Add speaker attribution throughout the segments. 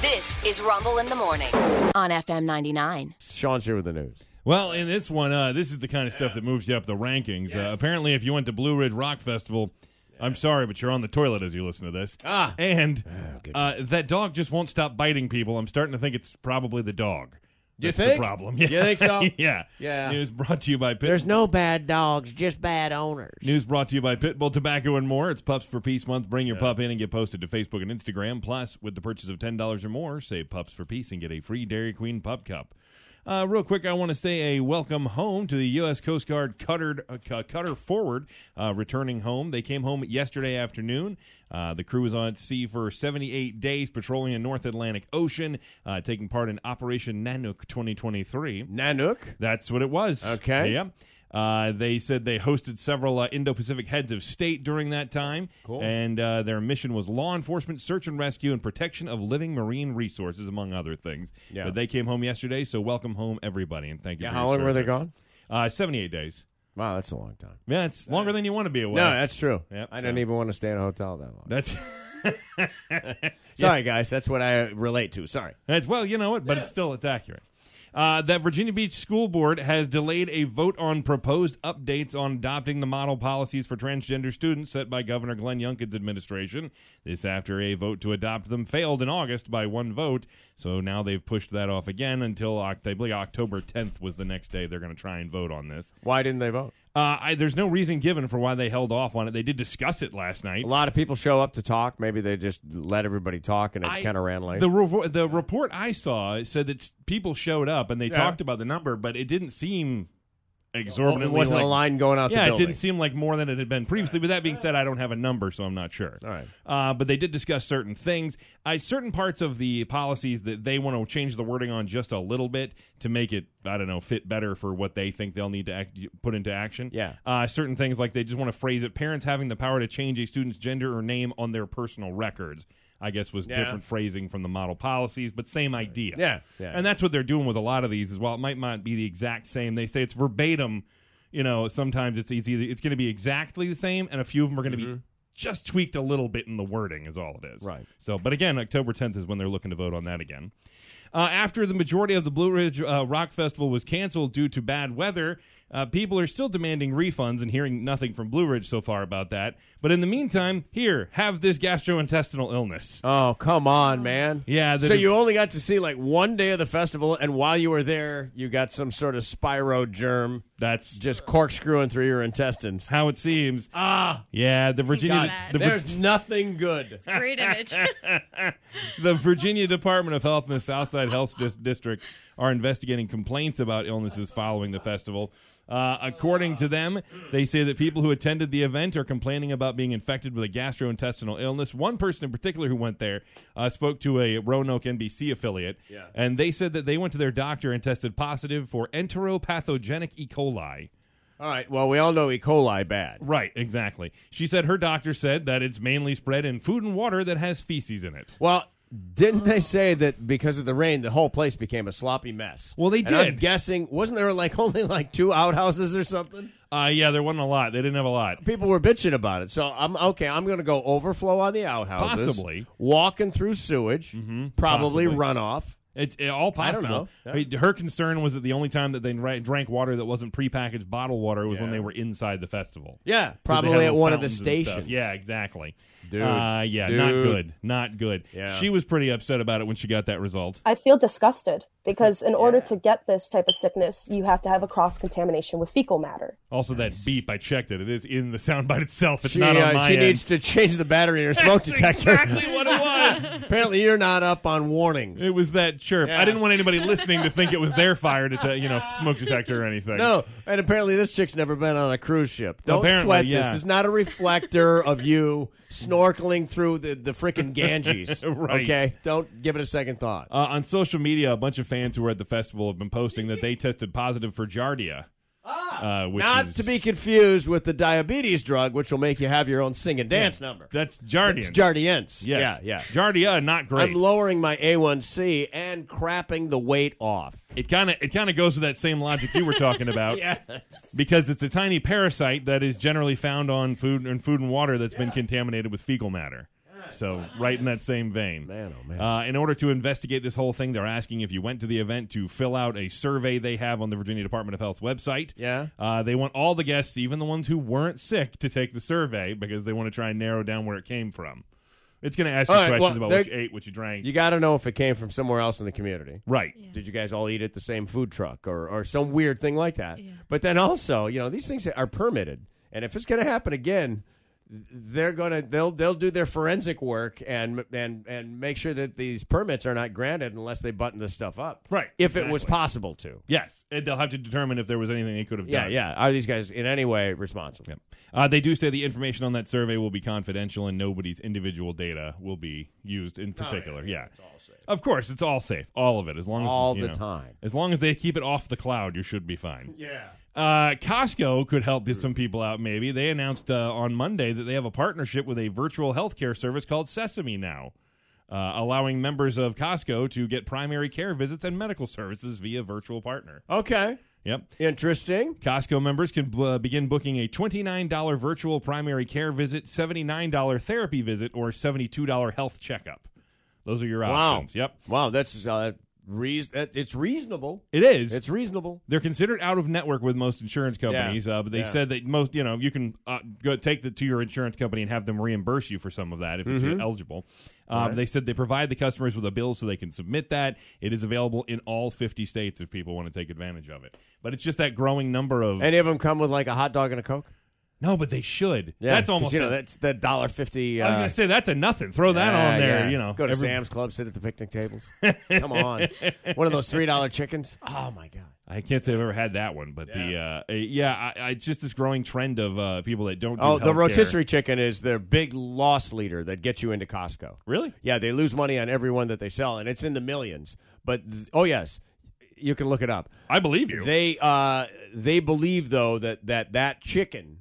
Speaker 1: This is Rumble in the Morning on FM 99.
Speaker 2: Sean's here with the news.
Speaker 3: Well, in this one, uh, this is the kind of stuff that moves you up the rankings. Uh, apparently, if you went to Blue Ridge Rock Festival, I'm sorry, but you're on the toilet as you listen to this.
Speaker 2: Ah.
Speaker 3: and
Speaker 2: good
Speaker 3: uh, that dog just won't stop biting people. I'm starting to think it's probably the dog.
Speaker 2: You
Speaker 3: That's
Speaker 2: think?
Speaker 3: the problem?
Speaker 2: You think so?
Speaker 3: yeah.
Speaker 2: Yeah.
Speaker 3: News brought to you by Pit.
Speaker 4: There's no bad dogs, just bad owners.
Speaker 3: News brought to you by Pitbull Tobacco and More. It's Pups for Peace Month. Bring your pup in and get posted to Facebook and Instagram. Plus, with the purchase of $10 or more, save Pups for Peace and get a free Dairy Queen pup cup. Uh, real quick, I want to say a welcome home to the U.S. Coast Guard cutter, uh, cu- cutter forward uh, returning home. They came home yesterday afternoon. Uh, the crew was on sea for 78 days patrolling the North Atlantic Ocean, uh, taking part in Operation Nanook 2023.
Speaker 2: Nanook.
Speaker 3: That's what it was.
Speaker 2: Okay.
Speaker 3: Yeah. Uh, they said they hosted several uh, Indo Pacific heads of state during that time.
Speaker 2: Cool.
Speaker 3: And uh, their mission was law enforcement, search and rescue, and protection of living marine resources, among other things.
Speaker 2: Yeah.
Speaker 3: But they came home yesterday, so welcome home, everybody, and thank you
Speaker 2: Yeah,
Speaker 3: for
Speaker 2: how
Speaker 3: your
Speaker 2: long were they
Speaker 3: service.
Speaker 2: gone?
Speaker 3: Uh, 78 days.
Speaker 2: Wow, that's a long time.
Speaker 3: Yeah, it's longer than you want to be away.
Speaker 2: no, that's true.
Speaker 3: Yep,
Speaker 2: I
Speaker 3: so-
Speaker 2: didn't even want to stay in a hotel that long.
Speaker 3: That's.
Speaker 2: Sorry, guys. That's what I relate to. Sorry.
Speaker 3: That's well, you know what, but it's still it's accurate. Uh, that Virginia Beach School Board has delayed a vote on proposed updates on adopting the model policies for transgender students set by Governor Glenn Youngkin's administration. This after a vote to adopt them failed in August by one vote, so now they've pushed that off again until Oct- I believe October 10th was the next day they're going to try and vote on this.
Speaker 2: Why didn't they vote?
Speaker 3: Uh, I, there's no reason given for why they held off on it. They did discuss it last night.
Speaker 2: A lot of people show up to talk. Maybe they just let everybody talk and it
Speaker 3: I-
Speaker 2: kind of ran late.
Speaker 3: The, revo- the report I saw said that s- people showed up and they talked about the number, but it didn't seem
Speaker 2: Well,
Speaker 3: exorbitantly.
Speaker 2: it wasn't
Speaker 3: like,
Speaker 2: a line going out the
Speaker 3: Yeah, it
Speaker 2: building.
Speaker 3: didn't seem like more than it had been previously. With that being said, I don't have a number, so I'm not sure.
Speaker 2: All right.
Speaker 3: Uh, but they did discuss certain things. I certain parts of the policies that they want to change the wording on just a little bit to make it, I don't know, fit better for what they think they'll need to act, put into action.
Speaker 2: Yeah.
Speaker 3: Uh, certain things like they just want to phrase it parents having the power to change a student's gender or name on their personal records. I guess was
Speaker 2: Yeah.
Speaker 3: different phrasing from the model policies, but same idea.
Speaker 2: Yeah. Yeah.
Speaker 3: And that's what they're doing with a lot of these as well. It might not be the exact same. They say it's verbatim. You know, sometimes it's it's either it's going to be exactly the same, and a few of them are going to be just tweaked a little bit in the wording, is all it is.
Speaker 2: Right.
Speaker 3: So, but again, October 10th is when they're looking to vote on that again. Uh, after the majority of the Blue Ridge uh, Rock Festival was canceled due to bad weather, uh, people are still demanding refunds and hearing nothing from Blue Ridge so far about that. But in the meantime, here, have this gastrointestinal illness.
Speaker 2: Oh, come on, man.
Speaker 3: Yeah, the-
Speaker 2: So you only got to see like one day of the festival, and while you were there, you got some sort of spiro germ
Speaker 3: That's
Speaker 2: just corkscrewing through your intestins.
Speaker 3: how it seems.
Speaker 2: Ah,
Speaker 3: Yeah, the Virginia.
Speaker 5: bad.
Speaker 3: The, Vir-
Speaker 2: there's nothing good.
Speaker 5: Great image.
Speaker 3: the Virginia Department of Health and the Southside Health Dis- District are investigating complaints about illnesses following the festival. Uh, according to them, they say that people who attended the event are complaining about being infected with a gastrointestinal illness. One person in particular who went there uh, spoke to a Roanoke NBC affiliate, and they said that they went to their doctor and tested positive for enteropathogenic E. coli.
Speaker 2: All right. Well, we all know E. coli bad.
Speaker 3: Right, exactly. She said her doctor said that it's mainly spread in food and water that has feces in it.
Speaker 2: Well, didn't
Speaker 3: Oh.
Speaker 2: they say that because of the rain, the whole place became a sloppy mess?
Speaker 3: Well, they
Speaker 2: And I'm
Speaker 3: did.
Speaker 2: guessing wasn't there like only like two outhouses or something?
Speaker 3: Uh, yeah, there wasn't a lot. They didn't have a lot.
Speaker 2: People were bitching about it. So I'm okay. I'm going to go overflow on the outhouses,
Speaker 3: Possibly. Mm-hmm.
Speaker 2: walking through sewage, probably,
Speaker 3: possibly.
Speaker 2: runoff.
Speaker 3: It's it, all
Speaker 2: I don't
Speaker 3: possible.
Speaker 2: know. Yeah.
Speaker 3: mean, her concern was that the only time that they dra- drank water that wasn't prepackaged bottled water was when
Speaker 2: Yeah.
Speaker 3: they were inside the festival.
Speaker 2: Yeah,
Speaker 3: 'Cause they had
Speaker 2: probably at
Speaker 3: little
Speaker 2: one of the
Speaker 3: fountains and stuff.
Speaker 2: stations.
Speaker 3: Yeah, exactly.
Speaker 2: Dude.
Speaker 3: Uh, yeah, not
Speaker 2: Dude.
Speaker 3: good. Not good.
Speaker 2: Yeah.
Speaker 3: She was pretty upset about it when she got that result.
Speaker 6: I feel disgusted because in order to get this type of sickness, you have to have a cross contamination with fecal matter.
Speaker 3: Also, that beep, I checked it. It is in the soundbite itself. It's
Speaker 2: She,
Speaker 3: not on
Speaker 2: uh,
Speaker 3: my
Speaker 2: she
Speaker 3: end.
Speaker 2: needs to change the battery in her smoke detector.
Speaker 3: exactly what it was.
Speaker 2: Apparently, you're not up on warnings.
Speaker 3: It was that chirp.
Speaker 2: Yeah.
Speaker 3: I didn't want anybody listening to think it was their fire to you know smoke detector or anything.
Speaker 2: No, and apparently this chick's never been on a cruise ship. Don't
Speaker 3: Apparently,
Speaker 2: sweat
Speaker 3: yeah.
Speaker 2: this. It's not a reflector of you snorkeling through the, the freaking Ganges.
Speaker 3: Right.
Speaker 2: Okay? Don't give it a second thought.
Speaker 3: Uh, on social media, a bunch of fans who were at the festival have been posting that they tested positive for Giardia. Ah, uh, which
Speaker 2: not
Speaker 3: is-
Speaker 2: to be confused with the diabetes drug, which will make you have your own sing and dance number.
Speaker 3: That's Giardian.
Speaker 2: It's Jardiance.
Speaker 3: Yes.
Speaker 2: Yeah, yeah.
Speaker 3: Giardia, not great.
Speaker 2: I'm lowering my A1C and crapping the weight off.
Speaker 3: it kind of it kind of goes with that same logic you were talking about. Because it's a tiny parasite that is generally found on food and food and water that's been contaminated with fecal matter. So right in that same vein.
Speaker 2: Man, oh, man.
Speaker 3: Uh, in order to investigate this whole thing, they're asking if you went to the event to fill out a survey they have on the Virginia Department of Health's website.
Speaker 2: Yeah.
Speaker 3: Uh, they want all the guests, even the ones who weren't sick, to take the survey because they want to try and narrow down where it came from. It's going to ask you
Speaker 2: All right,
Speaker 3: questions
Speaker 2: well,
Speaker 3: about what
Speaker 2: they-
Speaker 3: you ate, what you drank.
Speaker 2: You got to know if it came from somewhere else in the community.
Speaker 3: right.
Speaker 2: Did you guys all eat at the same food truck or, or some weird thing like that? But then also, you know, these things are permitted, and if it's going to happen again, they're going to they'll they'll do their forensic work and and and make sure that these permits are not granted unless they button this stuff up,
Speaker 3: Right,
Speaker 2: If it was
Speaker 3: exactly.
Speaker 2: possible to.
Speaker 3: Yes. And they'll have to determine if there was anything they could have
Speaker 2: Yeah,
Speaker 3: done.
Speaker 2: yeah. Are these guys in any way responsible?
Speaker 3: Yep. Uh, they do say the information on that survey will be confidential and nobody's individual data will be used in particular. Oh, yeah, Of course, it's all safe. All of it, as long as
Speaker 2: All
Speaker 3: you
Speaker 2: the
Speaker 3: know,
Speaker 2: time.
Speaker 3: As long as they keep it off the cloud, you should be fine. Yeah. Uh, Costco could help get some people out. Maybe they announced uh, on Monday that they have a partnership with a virtual healthcare service called Sesame now. Uh, allowing members of Costco to get primary care visits and medical services via virtual partner.
Speaker 2: Okay,
Speaker 3: Yep.
Speaker 2: interesting.
Speaker 3: Costco members can uh, begin booking a $29 virtual primary care visit, $79 therapy visit, or $72 health checkup. Those are your options. Yep.
Speaker 2: Wow, that's uh, reas- that, it's reasonable.
Speaker 3: It is.
Speaker 2: It's reasonable.
Speaker 3: they're considered out of network with most insurance companies,
Speaker 2: Yeah.
Speaker 3: uh, but they
Speaker 2: Yeah.
Speaker 3: said that most, you know, you can uh, go take it to your insurance company and have them reimburse you for some of that if it's
Speaker 2: Mm-hmm.
Speaker 3: eligible. Um, They said they provide the customers with a bill so they can submit that. It is available in all 50 states if people want to take advantage of it. But it's just that growing number of.
Speaker 2: Any of them come with like a hot dog and a coke?
Speaker 3: no, but they should.
Speaker 2: Yeah,
Speaker 3: that's
Speaker 2: 'cause,
Speaker 3: almost
Speaker 2: you
Speaker 3: a-
Speaker 2: know that's the dollar fifty.
Speaker 3: I was
Speaker 2: uh,
Speaker 3: gonna say that's a nothing. Throw that
Speaker 2: Yeah,
Speaker 3: on there.
Speaker 2: yeah.
Speaker 3: You know,
Speaker 2: go to
Speaker 3: Every-
Speaker 2: Sam's Club, sit at the picnic tables. Come on, one of those three dollar chickens. Oh my god!
Speaker 3: I can't say I've ever had that one, but the uh, uh, yeah, I, I it's just this growing trend of uh, people that don't. Do
Speaker 2: Oh, the
Speaker 3: healthcare.
Speaker 2: rotisserie chicken is their big loss leader that gets you into Costco.
Speaker 3: Really?
Speaker 2: Yeah, they lose money on every one that they sell, and it's in the millions. But th- oh yes, you can look it up.
Speaker 3: I believe you.
Speaker 2: They uh, they believe though that that that chicken,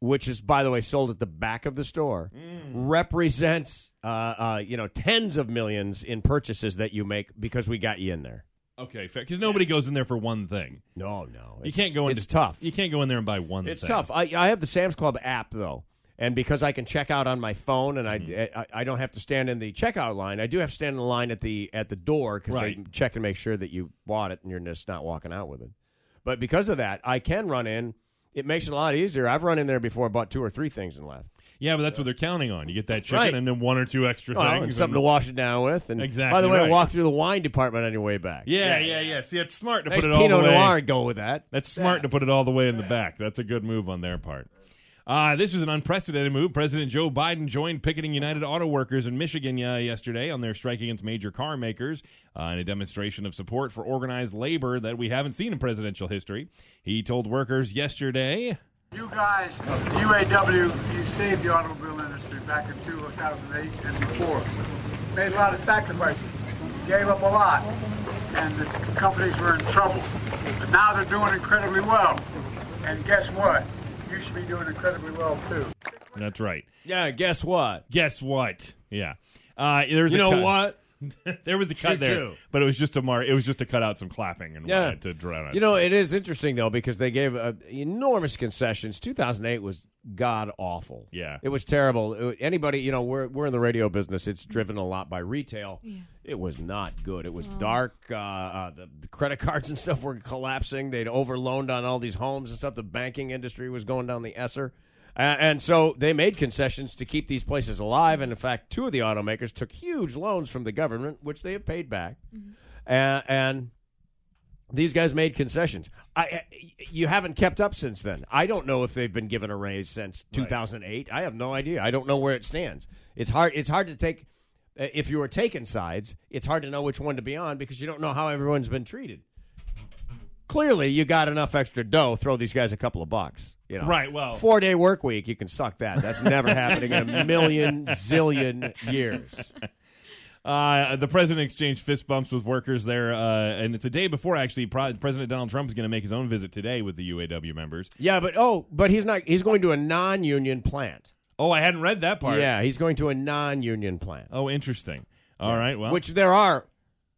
Speaker 2: which is by the way sold at the back of the store,
Speaker 3: Mm.
Speaker 2: represents uh, uh, you know tens of millions in purchases that you make because we got you in there.
Speaker 3: okay, fair. Because nobody goes in there for one thing.
Speaker 2: No, no,
Speaker 3: You
Speaker 2: it's-
Speaker 3: can't go in.
Speaker 2: It's tough.
Speaker 3: You can't go in there and buy one.
Speaker 2: It's
Speaker 3: thing.
Speaker 2: tough. I, I have the Sam's Club app though, and because I can check out on my phone, and
Speaker 3: Mm-hmm.
Speaker 2: I, I I don't have to stand in the checkout line. I do have to stand in the line at the at the door because they
Speaker 3: Right.
Speaker 2: check and make sure that you bought it and you're just not walking out with it. But because of that, I can run in. It makes it a lot easier. I've run in there before, bought two or three things and left.
Speaker 3: Yeah, but that's what they're counting on. You get that chicken
Speaker 2: Right.
Speaker 3: and then one or two extra
Speaker 2: Well,
Speaker 3: things.
Speaker 2: and something to
Speaker 3: and-
Speaker 2: wash it down with. And by
Speaker 3: Exactly
Speaker 2: the way,
Speaker 3: right.
Speaker 2: walk through the wine department on your way back.
Speaker 3: yeah, yeah, yeah. See, it's smart to
Speaker 2: Nice
Speaker 3: put it all
Speaker 2: Pinot
Speaker 3: the way.
Speaker 2: Noir go with that.
Speaker 3: That's smart to put it all the way in the back. That's a good move on their part. Uh, this was an unprecedented move. President Joe Biden joined picketing United Auto Workers in Michigan uh, yesterday on their strike against major car makers uh, in a demonstration of support for organized labor that we haven't seen in presidential history. He told workers yesterday.
Speaker 5: You guys, the UAW, you saved the automobile industry back in 2008 and before. Made a lot of sacrifices, gave up a lot, and the companies were in trouble. But now they're doing incredibly well. And guess what? You should be doing incredibly well too.
Speaker 3: That's right.
Speaker 2: Yeah, guess what?
Speaker 3: Guess what? Yeah. Uh, there's
Speaker 2: You
Speaker 3: a
Speaker 2: know
Speaker 3: cut.
Speaker 2: what?
Speaker 3: There was a cut
Speaker 2: You
Speaker 3: there,
Speaker 2: too.
Speaker 3: but it was just to mar- It was just to cut out some clapping and
Speaker 2: Yeah.
Speaker 3: to drown it.
Speaker 2: You know, it is interesting though because they gave uh, enormous concessions. 2008 was god awful.
Speaker 3: Yeah.
Speaker 2: it was terrible. It- anybody, you know, we're we're in the radio business. It's driven a lot by retail. It was not good. It was dark. Uh, uh, the, the credit cards and stuff were collapsing. They'd overloaned on all these homes and stuff. The banking industry was going down the esser. Uh, and so they made concessions to keep these places alive. And in fact, two of the automakers took huge loans from the government, which they have paid back. Uh, and these guys made concessions. I, I you haven't kept up since then. I don't know if they've been given a raise since 2008. I have no idea. I don't know where it stands. It's hard. It's hard to take. uh, If you were taking sides, it's hard to know which one to be on because you don't know how everyone's been treated. Clearly, you got enough extra dough. Throw these guys a couple of bucks. You know,
Speaker 3: Right, well-
Speaker 2: four day work week. You can suck that. That's never happening in a million zillion years.
Speaker 3: Uh, the president exchanged fist bumps with workers there, uh, and it's a day before actually. Pro- president Donald Trump is going to make his own visit today with the UAW members.
Speaker 2: Yeah, but oh, but he's not. He's going to a non union plant.
Speaker 3: Oh, I hadn't read that part.
Speaker 2: Yeah, he's going to a non-union plant.
Speaker 3: Oh, interesting. All right. Well,
Speaker 2: Which there are,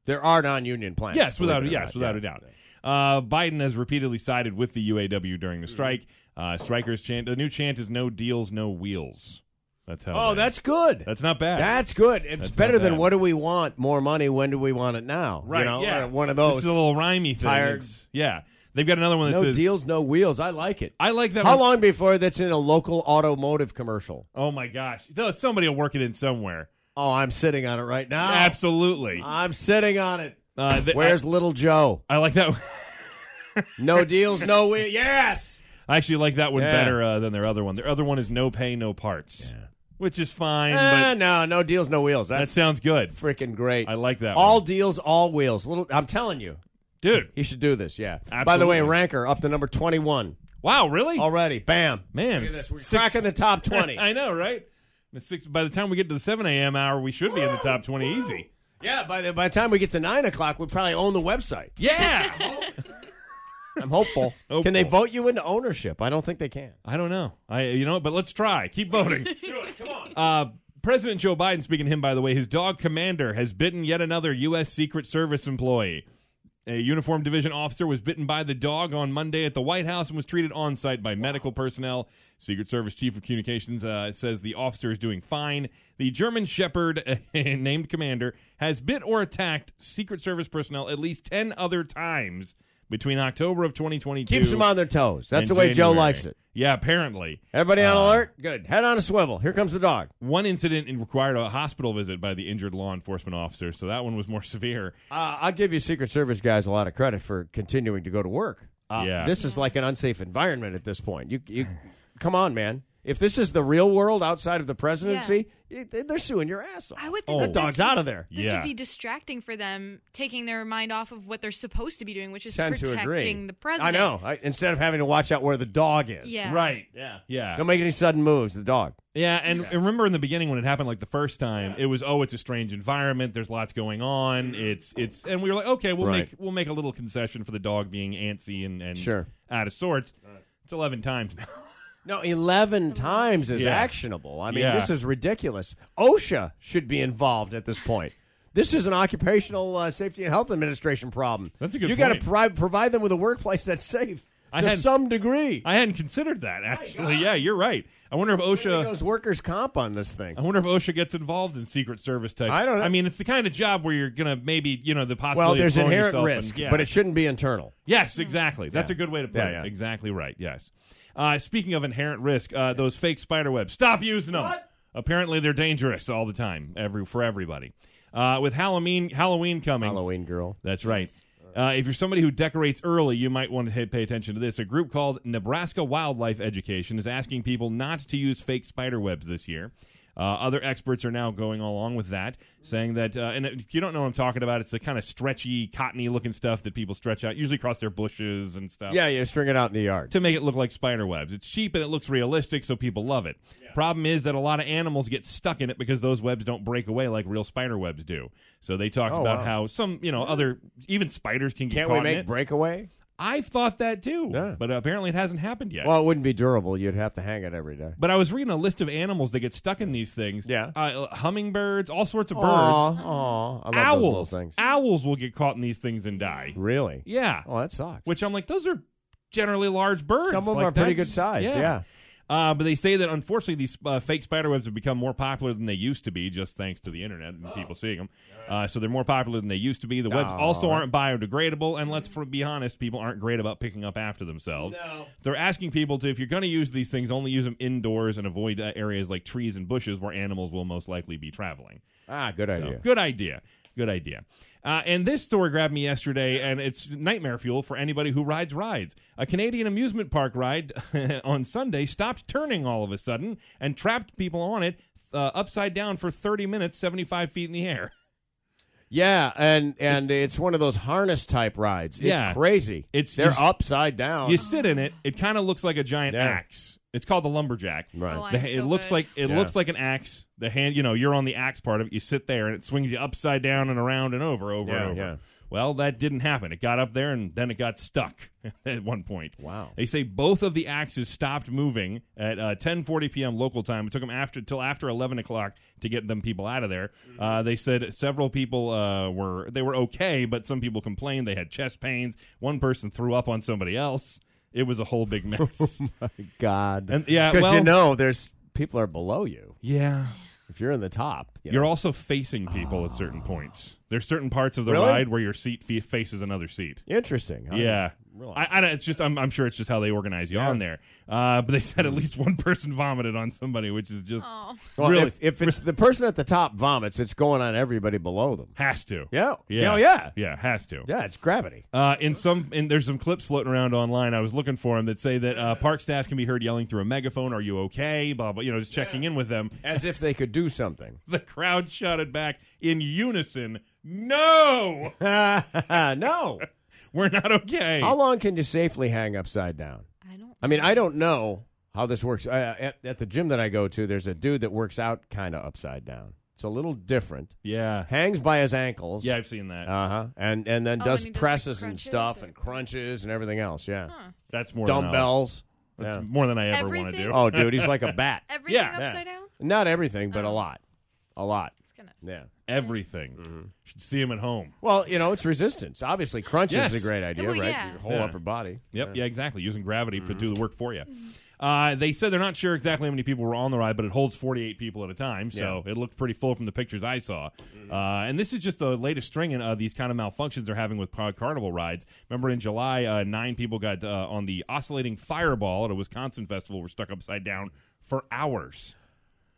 Speaker 2: there are non-union plants.
Speaker 3: yes, without
Speaker 2: believe it or
Speaker 3: yes,
Speaker 2: not,
Speaker 3: without
Speaker 2: yeah.
Speaker 3: a doubt. Uh, Biden has repeatedly sided
Speaker 2: Mm-hmm.
Speaker 3: with the UAW during the strike. Uh, strikers chant. The new chant is "No deals, no wheels." That's how.
Speaker 2: Oh,
Speaker 3: they-
Speaker 2: that's good.
Speaker 3: that's not bad.
Speaker 2: That's good. It's
Speaker 3: That's
Speaker 2: better
Speaker 3: not
Speaker 2: than
Speaker 3: bad.
Speaker 2: what do we want? More money. When do we want it now? You
Speaker 3: right.
Speaker 2: know,
Speaker 3: yeah,
Speaker 2: uh, one of
Speaker 3: This
Speaker 2: those.
Speaker 3: is a little rhymey thing.
Speaker 2: tired-
Speaker 3: It's- Yeah, they've got another one that
Speaker 2: no
Speaker 3: says.
Speaker 2: deals, no wheels. I like it.
Speaker 3: I like that.
Speaker 2: How
Speaker 3: one.
Speaker 2: long before that's in a local automotive commercial?
Speaker 3: Oh my gosh! So- Somebody will work it in somewhere.
Speaker 2: Oh, I'm sitting on it right now.
Speaker 3: Absolutely.
Speaker 2: I'm sitting on it.
Speaker 3: Uh, th-
Speaker 2: Where's Little Joe?
Speaker 3: I, I like that. one-
Speaker 2: No deals, no wheels. Yes.
Speaker 3: I actually like that one
Speaker 2: Yeah.
Speaker 3: better uh, than their other one. Their other one is no pay, no parts, which is fine.
Speaker 2: Eh,
Speaker 3: but
Speaker 2: no, no deals, no wheels.
Speaker 3: that
Speaker 2: That's
Speaker 3: sounds good,
Speaker 2: freaking great.
Speaker 3: I like that
Speaker 2: All
Speaker 3: one.
Speaker 2: deals, all wheels. Little, I'm telling you,
Speaker 3: dude.
Speaker 2: he should do this. Yeah. By the way,
Speaker 3: Absolutely.
Speaker 2: Ranker up to number 21
Speaker 3: Wow, really?
Speaker 2: already. Bam.
Speaker 3: Man,
Speaker 2: Look at this. We're
Speaker 3: six-
Speaker 2: cracking the top 20.
Speaker 3: I know, right? The six. By the time we get to the seven a.m. hour, we should be in the top twenty easy.
Speaker 2: yeah. By the by the time we get to nine o'clock, we probably own the website.
Speaker 3: Yeah.
Speaker 2: I'm hopeful.
Speaker 3: Hopeful.
Speaker 2: Can they vote you into ownership? I don't think they can.
Speaker 3: I don't know. I you know, but let's try. Keep voting.
Speaker 2: Come on.
Speaker 3: Uh, President Joe Biden, speaking of him, by the way, his dog Commander has bitten yet another U.S. Secret Service employee. A uniform division officer was bitten by the dog on Monday at the White House and was treated on site by medical personnel. Secret Service Chief of Communications uh, says the officer is doing fine. The German Shepherd, named Commander, has bit or attacked Secret Service personnel at least 10 other times between October of 2022.
Speaker 2: Keeps them on their toes. That's the
Speaker 3: and
Speaker 2: way Joe
Speaker 3: January. Uh,
Speaker 2: likes it.
Speaker 3: Yeah, apparently.
Speaker 2: Everybody on alert? Good. Head on a swivel. Here comes the dog.
Speaker 3: One incident required a hospital visit by the injured law enforcement officer, so that one was more severe.
Speaker 2: Uh, I'll give you Secret Service guys a lot of credit for continuing to go to work. Uh,
Speaker 3: Yeah.
Speaker 2: This is like an unsafe environment at this point. You, you, come on, man. If this is the real world outside of the presidency, y- they- they're suing your ass off.
Speaker 7: I would
Speaker 3: Oh.
Speaker 2: that
Speaker 7: think that this
Speaker 2: dog's
Speaker 7: would-
Speaker 2: out of there.
Speaker 7: This
Speaker 3: Yeah.
Speaker 7: would be distracting for them, taking their mind off of what they're supposed to be doing, which is
Speaker 2: Tend to agree.
Speaker 7: protecting the president.
Speaker 2: I know. I, instead of having to watch out where the dog is.
Speaker 7: Yeah.
Speaker 3: Right.
Speaker 2: Yeah.
Speaker 3: Yeah.
Speaker 2: Don't make any sudden moves. The dog.
Speaker 3: yeah. And and remember in the beginning when it happened, like the first time, it was oh, it's a strange environment. There's lots going on. It's it's, and we were like, okay, we'll
Speaker 2: Right.
Speaker 3: make we'll make a little concession for the dog being antsy and and
Speaker 2: Sure.
Speaker 3: out of sorts. It's eleven times now.
Speaker 2: No, 11 times is
Speaker 3: Yeah.
Speaker 2: actionable. I mean,
Speaker 3: Yeah.
Speaker 2: this is ridiculous. OSHA should be involved at this point. This is an Occupational uh, Safety and Health Administration problem.
Speaker 3: That's a good
Speaker 2: You got to
Speaker 3: point.
Speaker 2: provi- provide them with a workplace that's safe
Speaker 3: I
Speaker 2: to
Speaker 3: had-
Speaker 2: some degree.
Speaker 3: I hadn't considered that actually. Yeah, you're right. I wonder if
Speaker 2: There
Speaker 3: OSHA.
Speaker 2: goes workers' comp on this thing.
Speaker 3: I wonder if OSHA gets involved in Secret Service type.
Speaker 2: I don't know.
Speaker 3: I mean, it's the kind of job where you're gonna maybe you know the possibility.
Speaker 2: Well, there's
Speaker 3: of throwing
Speaker 2: inherent
Speaker 3: yourself in-
Speaker 2: risk,
Speaker 3: yeah.
Speaker 2: but it shouldn't be internal.
Speaker 3: Yes, exactly. That's
Speaker 2: Yeah.
Speaker 3: a good way to put
Speaker 2: Yeah,
Speaker 3: it.
Speaker 2: yeah.
Speaker 3: Exactly right. Yes. Uh, speaking of inherent risk, uh, those fake spider webs. Stop using them. Apparently, they're dangerous all the time, every for everybody. Uh, with Halloween, Halloween coming.
Speaker 2: Halloween girl.
Speaker 3: That's right. Uh, if you're somebody who decorates early, you might want to ha- pay attention to this. A group called Nebraska Wildlife Education is asking people not to use fake spider webs this year. Uh, other experts are now going along with that, saying that, uh, and if you don't know what I'm talking about, it's the kind of stretchy, cottony looking stuff that people stretch out, usually across their bushes and stuff
Speaker 2: Yeah, you string it out in the yard.
Speaker 3: to make it look like spider webs. It's cheap and it looks realistic, so people love it. Problem is that a lot of animals get stuck in it because those webs don't break away like real spider webs do. So they talked
Speaker 2: Oh,
Speaker 3: about
Speaker 2: wow.
Speaker 3: how some, you know, other even spiders can get
Speaker 2: Can't
Speaker 3: caught
Speaker 2: we
Speaker 3: in
Speaker 2: make
Speaker 3: it.
Speaker 2: breakaway?
Speaker 3: I've thought that too,
Speaker 2: Yeah.
Speaker 3: but apparently it hasn't happened yet.
Speaker 2: Well, it wouldn't be durable. You'd have to hang it every day.
Speaker 3: but I was reading a list of animals that get stuck in these things.
Speaker 2: Yeah.
Speaker 3: uh, hummingbirds, all sorts of birds,
Speaker 2: Aw, aw. I love those little
Speaker 3: owls.
Speaker 2: things.
Speaker 3: Owls will get caught in these things and die.
Speaker 2: Really?
Speaker 3: Yeah,
Speaker 2: Oh, that sucks.
Speaker 3: which I'm like, those are generally large birds.
Speaker 2: Some of them
Speaker 3: Like,
Speaker 2: are pretty
Speaker 3: that's-
Speaker 2: good sized. yeah.
Speaker 3: Uh, but they say that unfortunately these uh, fake spider webs have become more popular than they used to be, just thanks to the internet and people seeing them. Uh, so they're more popular than they used to be. The webs
Speaker 2: Oh.
Speaker 3: also aren't biodegradable, and let's for, be honest, people aren't great about picking up after themselves. They're asking people to, if you're going to use these things, only use them indoors and avoid uh, areas like trees and bushes where animals will most likely be traveling.
Speaker 2: Ah, good
Speaker 3: So,
Speaker 2: idea.
Speaker 3: good idea. Good idea. Uh, and this story grabbed me yesterday, and it's nightmare fuel for anybody who rides rides. A Canadian amusement park ride on Sunday stopped turning all of a sudden and trapped people on it uh, upside down for 30 minutes, 75 feet in the air.
Speaker 2: Yeah, and and it's, one of those harness type rides. It's
Speaker 3: Yeah.
Speaker 2: crazy.
Speaker 3: It's-
Speaker 2: they're
Speaker 3: you s-
Speaker 2: upside down.
Speaker 3: You sit in it; it kind of looks like a giant
Speaker 2: Yeah.
Speaker 3: axe. It's called the lumberjack.
Speaker 2: Right.
Speaker 7: Oh,
Speaker 3: The
Speaker 7: I'm
Speaker 3: ha-
Speaker 7: so
Speaker 3: it looks
Speaker 7: good.
Speaker 3: like it
Speaker 2: Yeah.
Speaker 3: looks like an axe. The hand, you know, you're on the axe part of it. You sit there, and it swings you upside down and around and over, over
Speaker 2: Yeah,
Speaker 3: and over.
Speaker 2: yeah.
Speaker 3: Well, that didn't happen. It got up there, and then it got stuck at one point.
Speaker 2: Wow.
Speaker 3: They say both of the axes stopped moving at uh, 10:40 p.m. local time. It took them after till after 11 o'clock to get them people out of there. Uh, they said several people uh, were they were okay, but some people complained they had chest pains. One person threw up on somebody else. It was a whole big mess.
Speaker 2: God.
Speaker 3: And- yeah,
Speaker 2: because
Speaker 3: well-
Speaker 2: you know there's people are below you.
Speaker 3: Yeah.
Speaker 2: If you're in the top, you
Speaker 3: You're
Speaker 2: know,
Speaker 3: also facing people at certain points. There's certain parts of the
Speaker 2: Really?
Speaker 3: ride where your seat fe- faces another seat.
Speaker 2: interesting. huh?
Speaker 3: Yeah.
Speaker 2: realize
Speaker 3: I, I, don't- it's just I'm, I'm sure it's just how they organize you on there. Uh, but they said at least one person vomited on somebody, which is just
Speaker 7: Oh,
Speaker 2: Mm-hmm. Well,
Speaker 3: really
Speaker 2: if, if it's the person at the top vomits, it's going on everybody below them.
Speaker 3: has to.
Speaker 2: Yeah.
Speaker 3: Yeah.
Speaker 2: Yeah, oh, yeah.
Speaker 3: Yeah. Has to.
Speaker 2: Yeah, it's gravity.
Speaker 3: Uh, in some, and there's some clips floating around online. I was looking for them that say that uh, park staff can be heard yelling through a megaphone, "Are you okay?" Blah blah. You know, just checking in with them.
Speaker 2: As if they could do something.
Speaker 3: The crowd shouted back in unison, "No,
Speaker 2: no.
Speaker 3: we're not okay."
Speaker 2: How long can you safely hang upside down?
Speaker 7: I don't.
Speaker 2: I mean, I don't know how this works. I, I- at, at the gym that I go to, there's a dude that works out kind of upside down. It's a little different.
Speaker 3: yeah,
Speaker 2: Hangs by his ankles.
Speaker 3: yeah, I've seen that.
Speaker 2: Uh huh. And and then
Speaker 7: Oh,
Speaker 2: does
Speaker 7: and he does, like,
Speaker 2: presses and
Speaker 7: crunches
Speaker 2: stuff
Speaker 7: and-
Speaker 2: and crunches and everything else. Yeah.
Speaker 3: That's more
Speaker 2: Dumbbells.
Speaker 3: Than I, that's
Speaker 2: Yeah.
Speaker 3: more than I ever want to
Speaker 7: Everything-
Speaker 3: do.
Speaker 2: Oh, dude, he's like a bat.
Speaker 7: Everything
Speaker 3: Yeah.
Speaker 7: upside down.
Speaker 2: Not everything, but a lot. A lot.
Speaker 7: Oh. It's gonna.
Speaker 2: Yeah.
Speaker 3: Everything.
Speaker 2: Mm-hmm.
Speaker 3: Should see him at home.
Speaker 2: Well, you know, it's resistance. Obviously, crunch
Speaker 3: Yes.
Speaker 2: is a great idea,
Speaker 7: Well,
Speaker 2: right?
Speaker 7: yeah.
Speaker 2: Your whole
Speaker 3: Yeah.
Speaker 2: upper body.
Speaker 3: Yep. Yeah. Exactly. Using gravity for
Speaker 2: Mm-hmm.
Speaker 3: do the work for you. Uh, they said they're not sure exactly how many people were on the ride, but it holds 48 people at a time, so it looked pretty full from the pictures I saw.
Speaker 2: Mm-hmm.
Speaker 3: Uh, and this is just the latest string in uh, these kind of malfunctions they're having with Pod Carnival rides. Remember in July, uh, nine people got uh, on the oscillating fireball at a Wisconsin festival were stuck upside down for hours.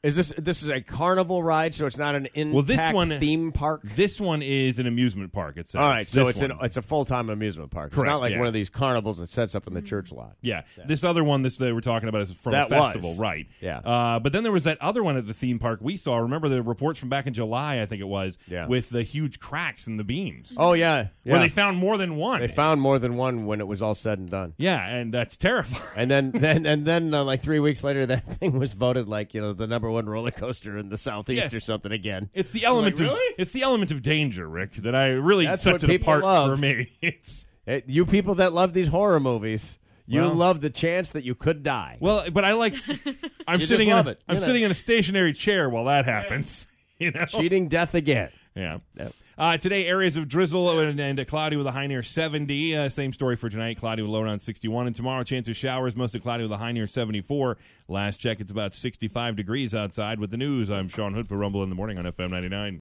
Speaker 2: Is this this is a carnival ride? So it's not an intact
Speaker 3: Well, this one-
Speaker 2: theme park.
Speaker 3: This one is an amusement park. It says.
Speaker 2: All right, so it's
Speaker 3: This
Speaker 2: an
Speaker 3: one.
Speaker 2: it's a full time amusement park. it's
Speaker 3: Correct,
Speaker 2: not like
Speaker 3: yeah.
Speaker 2: one of these carnivals that sets up in the church lot.
Speaker 3: Yeah. This other one this they were talking about is from
Speaker 2: That
Speaker 3: a festival,
Speaker 2: was.
Speaker 3: right?
Speaker 2: Yeah.
Speaker 3: Uh, but then there was that other one at the theme park we saw. Remember the reports from back in July, I think it was,
Speaker 2: Yeah.
Speaker 3: with the huge cracks in the beams.
Speaker 2: Oh yeah, yeah.
Speaker 3: Where they found more than one.
Speaker 2: They found more than one when it was all said and done.
Speaker 3: yeah, and that's terrifying.
Speaker 2: And then, then, and then, uh, like three weeks later, that thing was voted like you know the number one roller coaster in the southeast
Speaker 3: Yeah.
Speaker 2: or something again.
Speaker 3: It's the element
Speaker 2: like,
Speaker 3: of
Speaker 2: really?
Speaker 3: it's the element of danger, Rick, that I really
Speaker 2: That's
Speaker 3: sets
Speaker 2: what
Speaker 3: it
Speaker 2: people
Speaker 3: apart
Speaker 2: love.
Speaker 3: for me. It's
Speaker 2: It- you people that love these horror movies, you
Speaker 3: Well-
Speaker 2: love the chance that you could die.
Speaker 3: well, but I like I'm
Speaker 2: just
Speaker 3: sitting in
Speaker 2: love
Speaker 3: a,
Speaker 2: it,
Speaker 3: am
Speaker 2: you know.
Speaker 3: sitting in a stationary chair while that happens. You know?
Speaker 2: Cheating death again.
Speaker 3: Yeah. Uh, today, areas of drizzle and, and cloudy with a high near 70. Uh, same story for tonight, cloudy with a low around 61. And tomorrow, chance of showers, mostly cloudy with a high near 74. Last check, it's about 65 degrees outside. With the news, I'm Sean Hood for Rumble in the Morning on FM 99.